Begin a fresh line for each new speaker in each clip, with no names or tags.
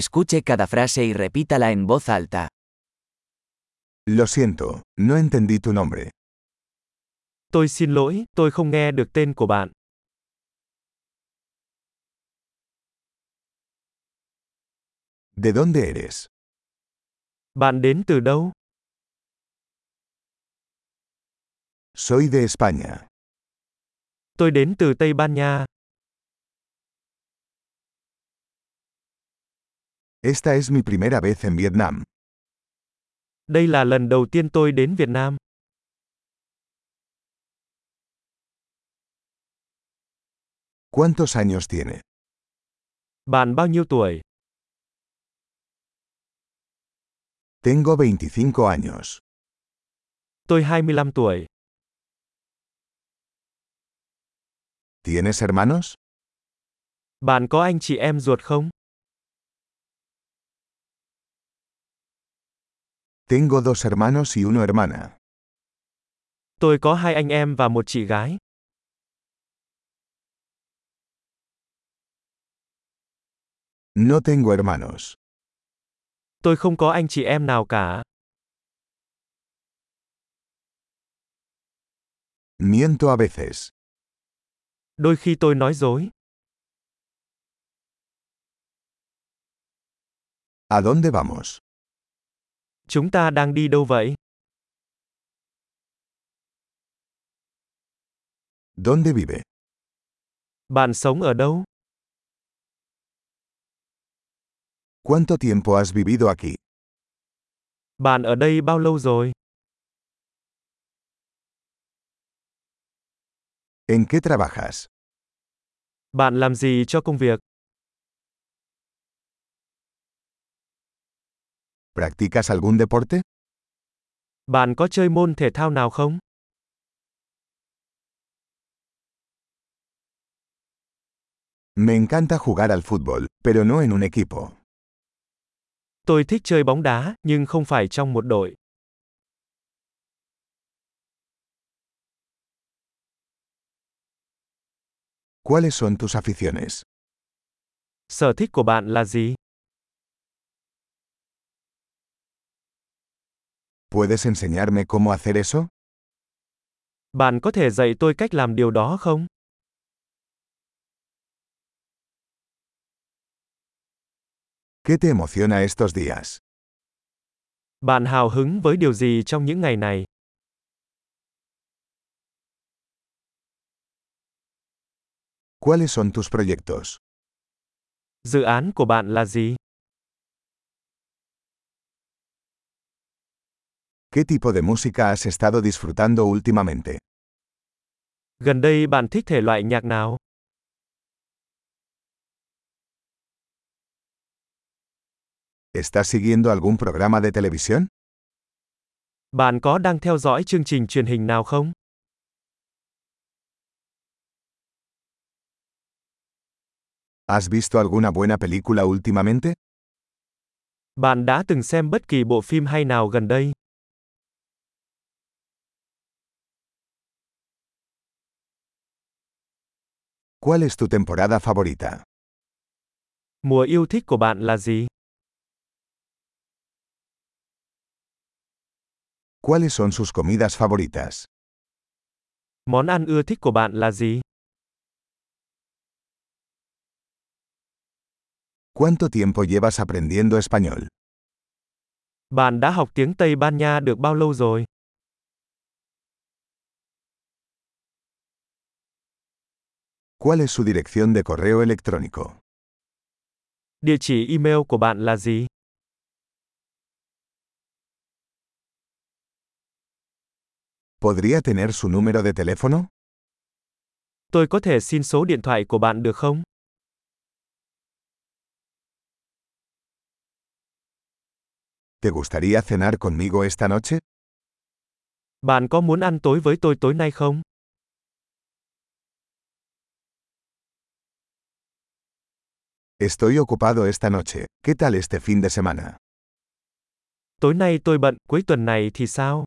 Escuche cada frase y repítala en voz alta.
Lo siento, no entendí tu nombre.
Tôi xin lỗi, tôi không nghe được tên của bạn.
¿De dónde eres?
Bạn đến từ đâu?
Soy de España.
Tôi đến từ Tây Ban Nha.
Esta es mi primera vez en Vietnam.
Đây là lần đầu tiên tôi đến Việt Nam.
¿Cuántos años tiene?
Bạn bao nhiêu tuổi?
Tengo 25 años.
Tôi 25 tuổi.
¿Tienes hermanos?
Bạn có anh chị em ruột không?
Tengo dos hermanos y una hermana.
Tôi có hai anh em và một chị gái.
No tengo hermanos.
Tôi không có anh chị em nào cả.
Miento a veces.
Đôi khi tôi nói dối.
¿A dónde vamos?
Chúng ta đang đi đâu vậy?
¿Dónde vive?
Bạn sống ở đâu?
¿Cuánto tiempo has vivido aquí?
Bạn ở đây bao lâu rồi?
¿En qué trabajas?
Bạn làm gì cho công việc?
¿Practicas algún deporte?
Bạn có chơi môn thể thao nào không?
Me encanta jugar al fútbol, pero no en un equipo.
Tôi thích chơi bóng đá, nhưng không phải trong một đội.
¿Cuáles son tus aficiones?
Sở thích của bạn là gì?
¿Puedes enseñarme cómo hacer eso?
Bạn có thể dạy tôi cách làm điều đó không?
¿Qué te emociona estos días?
Bạn hào hứng với điều gì trong những ngày này?
¿Cuáles son tus proyectos?
Dự án của bạn là gì?
¿Qué tipo de música has estado disfrutando últimamente?
Gần đây bạn thích thể loại nhạc nào?
¿Estás siguiendo algún programa de televisión?
Bạn có đang theo dõi chương trình truyền hình nào không?
¿Has visto alguna buena película últimamente?
Bạn đã từng xem bất kỳ bộ phim hay nào gần đây?
¿Cuál es tu temporada favorita?
Mùa yêu thích của bạn là gì?
¿Cuáles son sus comidas favoritas?
Món ăn ưa thích của bạn là gì?
¿Cuánto tiempo llevas aprendiendo español?
Bạn đã học tiếng Tây Ban Nha được bao lâu rồi?
¿Cuál es su dirección de correo electrónico?
Địa chỉ email của bạn là gì?
¿Podría tener su número de teléfono?
Tôi có thể xin số điện thoại của bạn được không?
¿Te gustaría cenar conmigo esta noche?
Bạn có muốn ăn tối với tôi tối nay không?
Estoy ocupado esta noche. ¿Qué tal este fin de semana?
Tối nay tôi bận, cuối tuần này thì sao?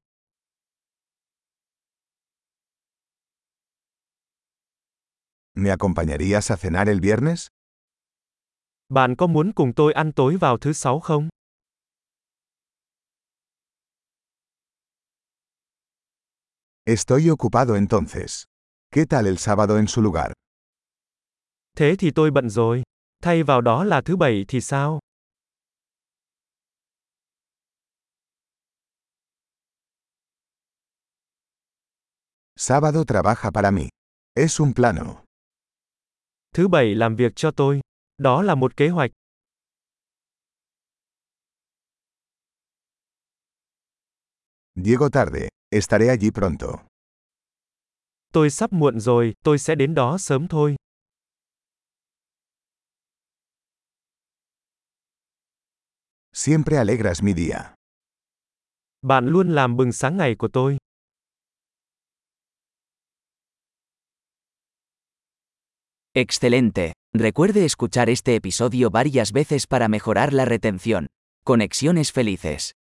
¿Me acompañarías a cenar el viernes?
Bạn có muốn cùng tôi ăn tối vào thứ sáu không?
Estoy ocupado entonces. ¿Qué tal el sábado en su lugar?
Thế thì tôi bận rồi. Thay vào đó là thứ bảy thì sao?
Sábado trabaja para mí. Es un plano.
Thứ bảy làm việc cho tôi. Đó là một kế hoạch.
Llego tarde. Estaré allí pronto.
Tôi sắp muộn rồi, tôi sẽ đến đó sớm thôi.
Siempre alegras mi día.
Bạn luôn làm bừng sáng ngày của tôi.
Excelente. Recuerde escuchar este episodio varias veces para mejorar la retención. Conexiones felices.